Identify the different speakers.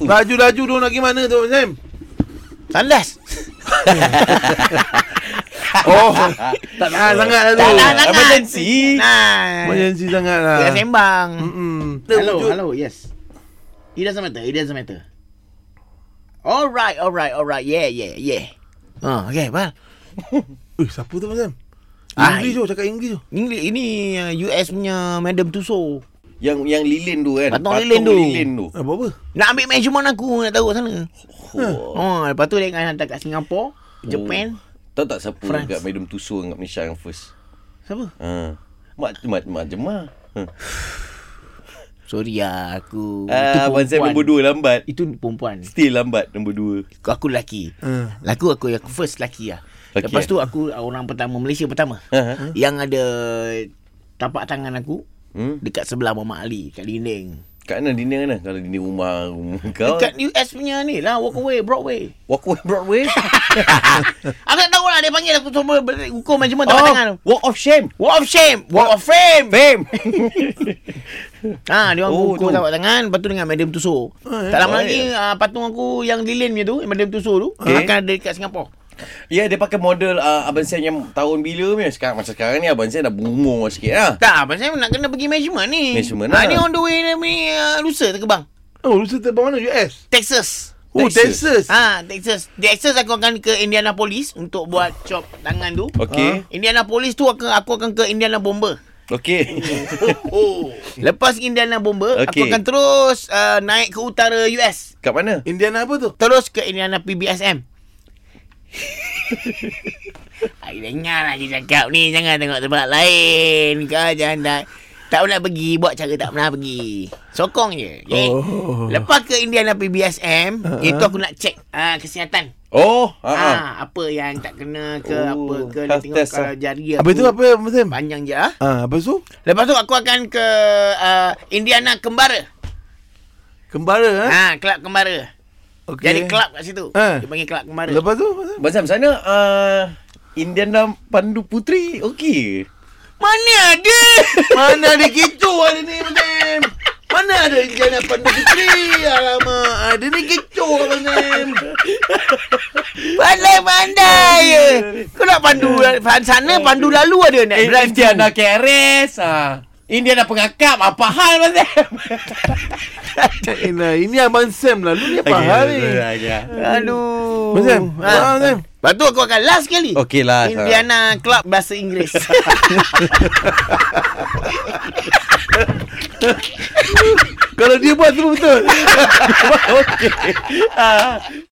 Speaker 1: Laju-laju dia nak pergi mana tu Abang Sam?
Speaker 2: Tandas.
Speaker 1: Oh. tak tahan sangat lah tu.
Speaker 2: Tak tahan sangat.
Speaker 3: Emergency.
Speaker 2: Nah. Hmm.
Speaker 1: Emergency sangat lah. Hmm.
Speaker 2: Tengah sembang.
Speaker 1: Mm-mm.
Speaker 4: Hello, hello, yes. It doesn't matter, it doesn't matter.
Speaker 2: Alright, alright, alright. Yeah, yeah, yeah. Ha, okay, bal.
Speaker 1: Ui, Eh, siapa tu Abang Sam?
Speaker 2: Ah,
Speaker 1: English tu, cakap English tu.
Speaker 2: Ini, ini uh, US punya Madam Tussauds.
Speaker 3: Yang yang lilin tu kan.
Speaker 2: Patung lilin tu.
Speaker 3: lilin tu.
Speaker 1: Ah, buat apa?
Speaker 2: Nak ambil measurement aku nak taruh sana.
Speaker 3: Oh.
Speaker 2: Oh, lepas tu dia akan hantar kat Singapura, Japan.
Speaker 3: Tahu tak siapa
Speaker 2: France.
Speaker 3: France. kat Madam Tussauds kat Malaysia yang first?
Speaker 2: Siapa?
Speaker 3: Ha. Mak mak mak jema. Ha.
Speaker 2: Sorry lah aku.
Speaker 3: Ah, Abang Sam nombor dua lambat.
Speaker 2: Itu perempuan.
Speaker 3: Still lambat nombor dua.
Speaker 2: Aku lelaki.
Speaker 1: Hmm.
Speaker 3: Ha.
Speaker 2: Laku aku aku first lelaki lah.
Speaker 3: Lelaki,
Speaker 2: Lepas
Speaker 3: eh?
Speaker 2: tu aku orang pertama Malaysia pertama.
Speaker 3: Ha.
Speaker 2: yang ada tapak tangan aku
Speaker 3: Hmm?
Speaker 2: dekat sebelah Mama Ali kat dinding.
Speaker 3: Kat mana dinner kan? Kalau dinner rumah rumah kau.
Speaker 2: Dekat US punya ni lah Walkway, Broadway.
Speaker 3: Walkway Broadway.
Speaker 2: aku tak tahu lah dia panggil aku semua ber- hukum macam mana tapak
Speaker 3: oh,
Speaker 2: tangan.
Speaker 3: Walk of Shame.
Speaker 2: Walk of shame, walk of fame.
Speaker 3: Fame.
Speaker 2: Ha, dia orang oh,
Speaker 3: Oh,
Speaker 2: ukur
Speaker 3: tu.
Speaker 2: tapak tangan, lepas tu dengan Madam Tussauds. tak lama
Speaker 3: Oh,
Speaker 2: lagi ah, patung aku yang lilin punya tu, Madam Tussauds tu,
Speaker 3: Okay.
Speaker 2: akan ada dekat Singapura.
Speaker 3: Ya, dia pakai model uh, Abang Sam yang tahun bila punya. Sekarang, macam sekarang ni Abang Sam dah berumur sikit lah.
Speaker 2: Tak, pasal saya nak kena pergi measurement ni.
Speaker 3: Measurement
Speaker 2: Ah,
Speaker 3: lah.
Speaker 2: Ni on the way ni uh, lusa terkebang.
Speaker 1: Oh, lu terbang mana? US?
Speaker 2: Texas.
Speaker 1: Oh,
Speaker 3: Texas.
Speaker 1: Texas.
Speaker 2: Ah, Texas. Texas aku akan ke Indianapolis untuk buat chop tangan tu.
Speaker 3: Okey.
Speaker 2: Indianapolis tu aku, aku akan ke Indiana Bomber.
Speaker 3: Okey.
Speaker 1: Oh.
Speaker 2: Lepas Indiana Bomber,
Speaker 3: Okey.
Speaker 2: aku akan terus uh, naik ke utara US.
Speaker 3: Kat mana?
Speaker 1: Indiana apa tu?
Speaker 2: Terus ke Indiana PBSM. Ay, dengar lah dia cakap ni. Jangan tengok tempat lain. Kau jangan tak... Tak pernah pergi. Buat cara tak pernah pergi. Sokong je. Okay?
Speaker 1: Oh.
Speaker 2: Lepas ke Indiana PBSM, uh-huh. itu aku nak cek uh, kesihatan.
Speaker 3: Oh, ha.
Speaker 2: Ah,
Speaker 3: ah.
Speaker 2: apa yang tak kena ke
Speaker 3: Oh,
Speaker 2: apa ke dia
Speaker 3: health
Speaker 2: tengok
Speaker 3: test
Speaker 2: kalau
Speaker 3: lah.
Speaker 2: jari aku.
Speaker 1: Habis tu apa Abang Sam?
Speaker 2: Panjang je ah.
Speaker 1: Ah, habis tu?
Speaker 2: Lepas tu aku akan ke uh, Indiana Kembara.
Speaker 1: Kembara eh?
Speaker 2: Ha, kelab Kembara.
Speaker 1: Okey.
Speaker 2: Jadi kelab kat situ.
Speaker 1: Ah.
Speaker 2: Dia panggil kelab Kembara.
Speaker 1: Lepas tu? Abang Sam?
Speaker 3: Abang Sam, sana uh, Indiana Pandu Putri. Okey.
Speaker 2: Mana ada?
Speaker 1: Mana ada kecoh hari ni Abang Sam? Mana ada Indiana Pandu Putri? Alamak, ada ni kecoh Abang Sam.
Speaker 2: Pandai-pandai je. Kau nak pandu pan- sana, pandu lalu ada nak
Speaker 3: Ya. Eh,
Speaker 2: drive.
Speaker 3: Indiana Keres. Ah. Indiana pengakap. ah, Apa hal, Abang Sam?
Speaker 1: Eh, nah, ini Abang Sam lah. Lu ni apa hal ni?
Speaker 2: Aduh.
Speaker 1: Abang Sam,
Speaker 2: Ha.
Speaker 1: Abang Sam.
Speaker 2: Lepas tu aku akan last kali.
Speaker 3: Okey lah.
Speaker 2: Indiana Club Bahasa Inggeris
Speaker 1: Kalau dia buat tu betul.
Speaker 3: Okey. Ah.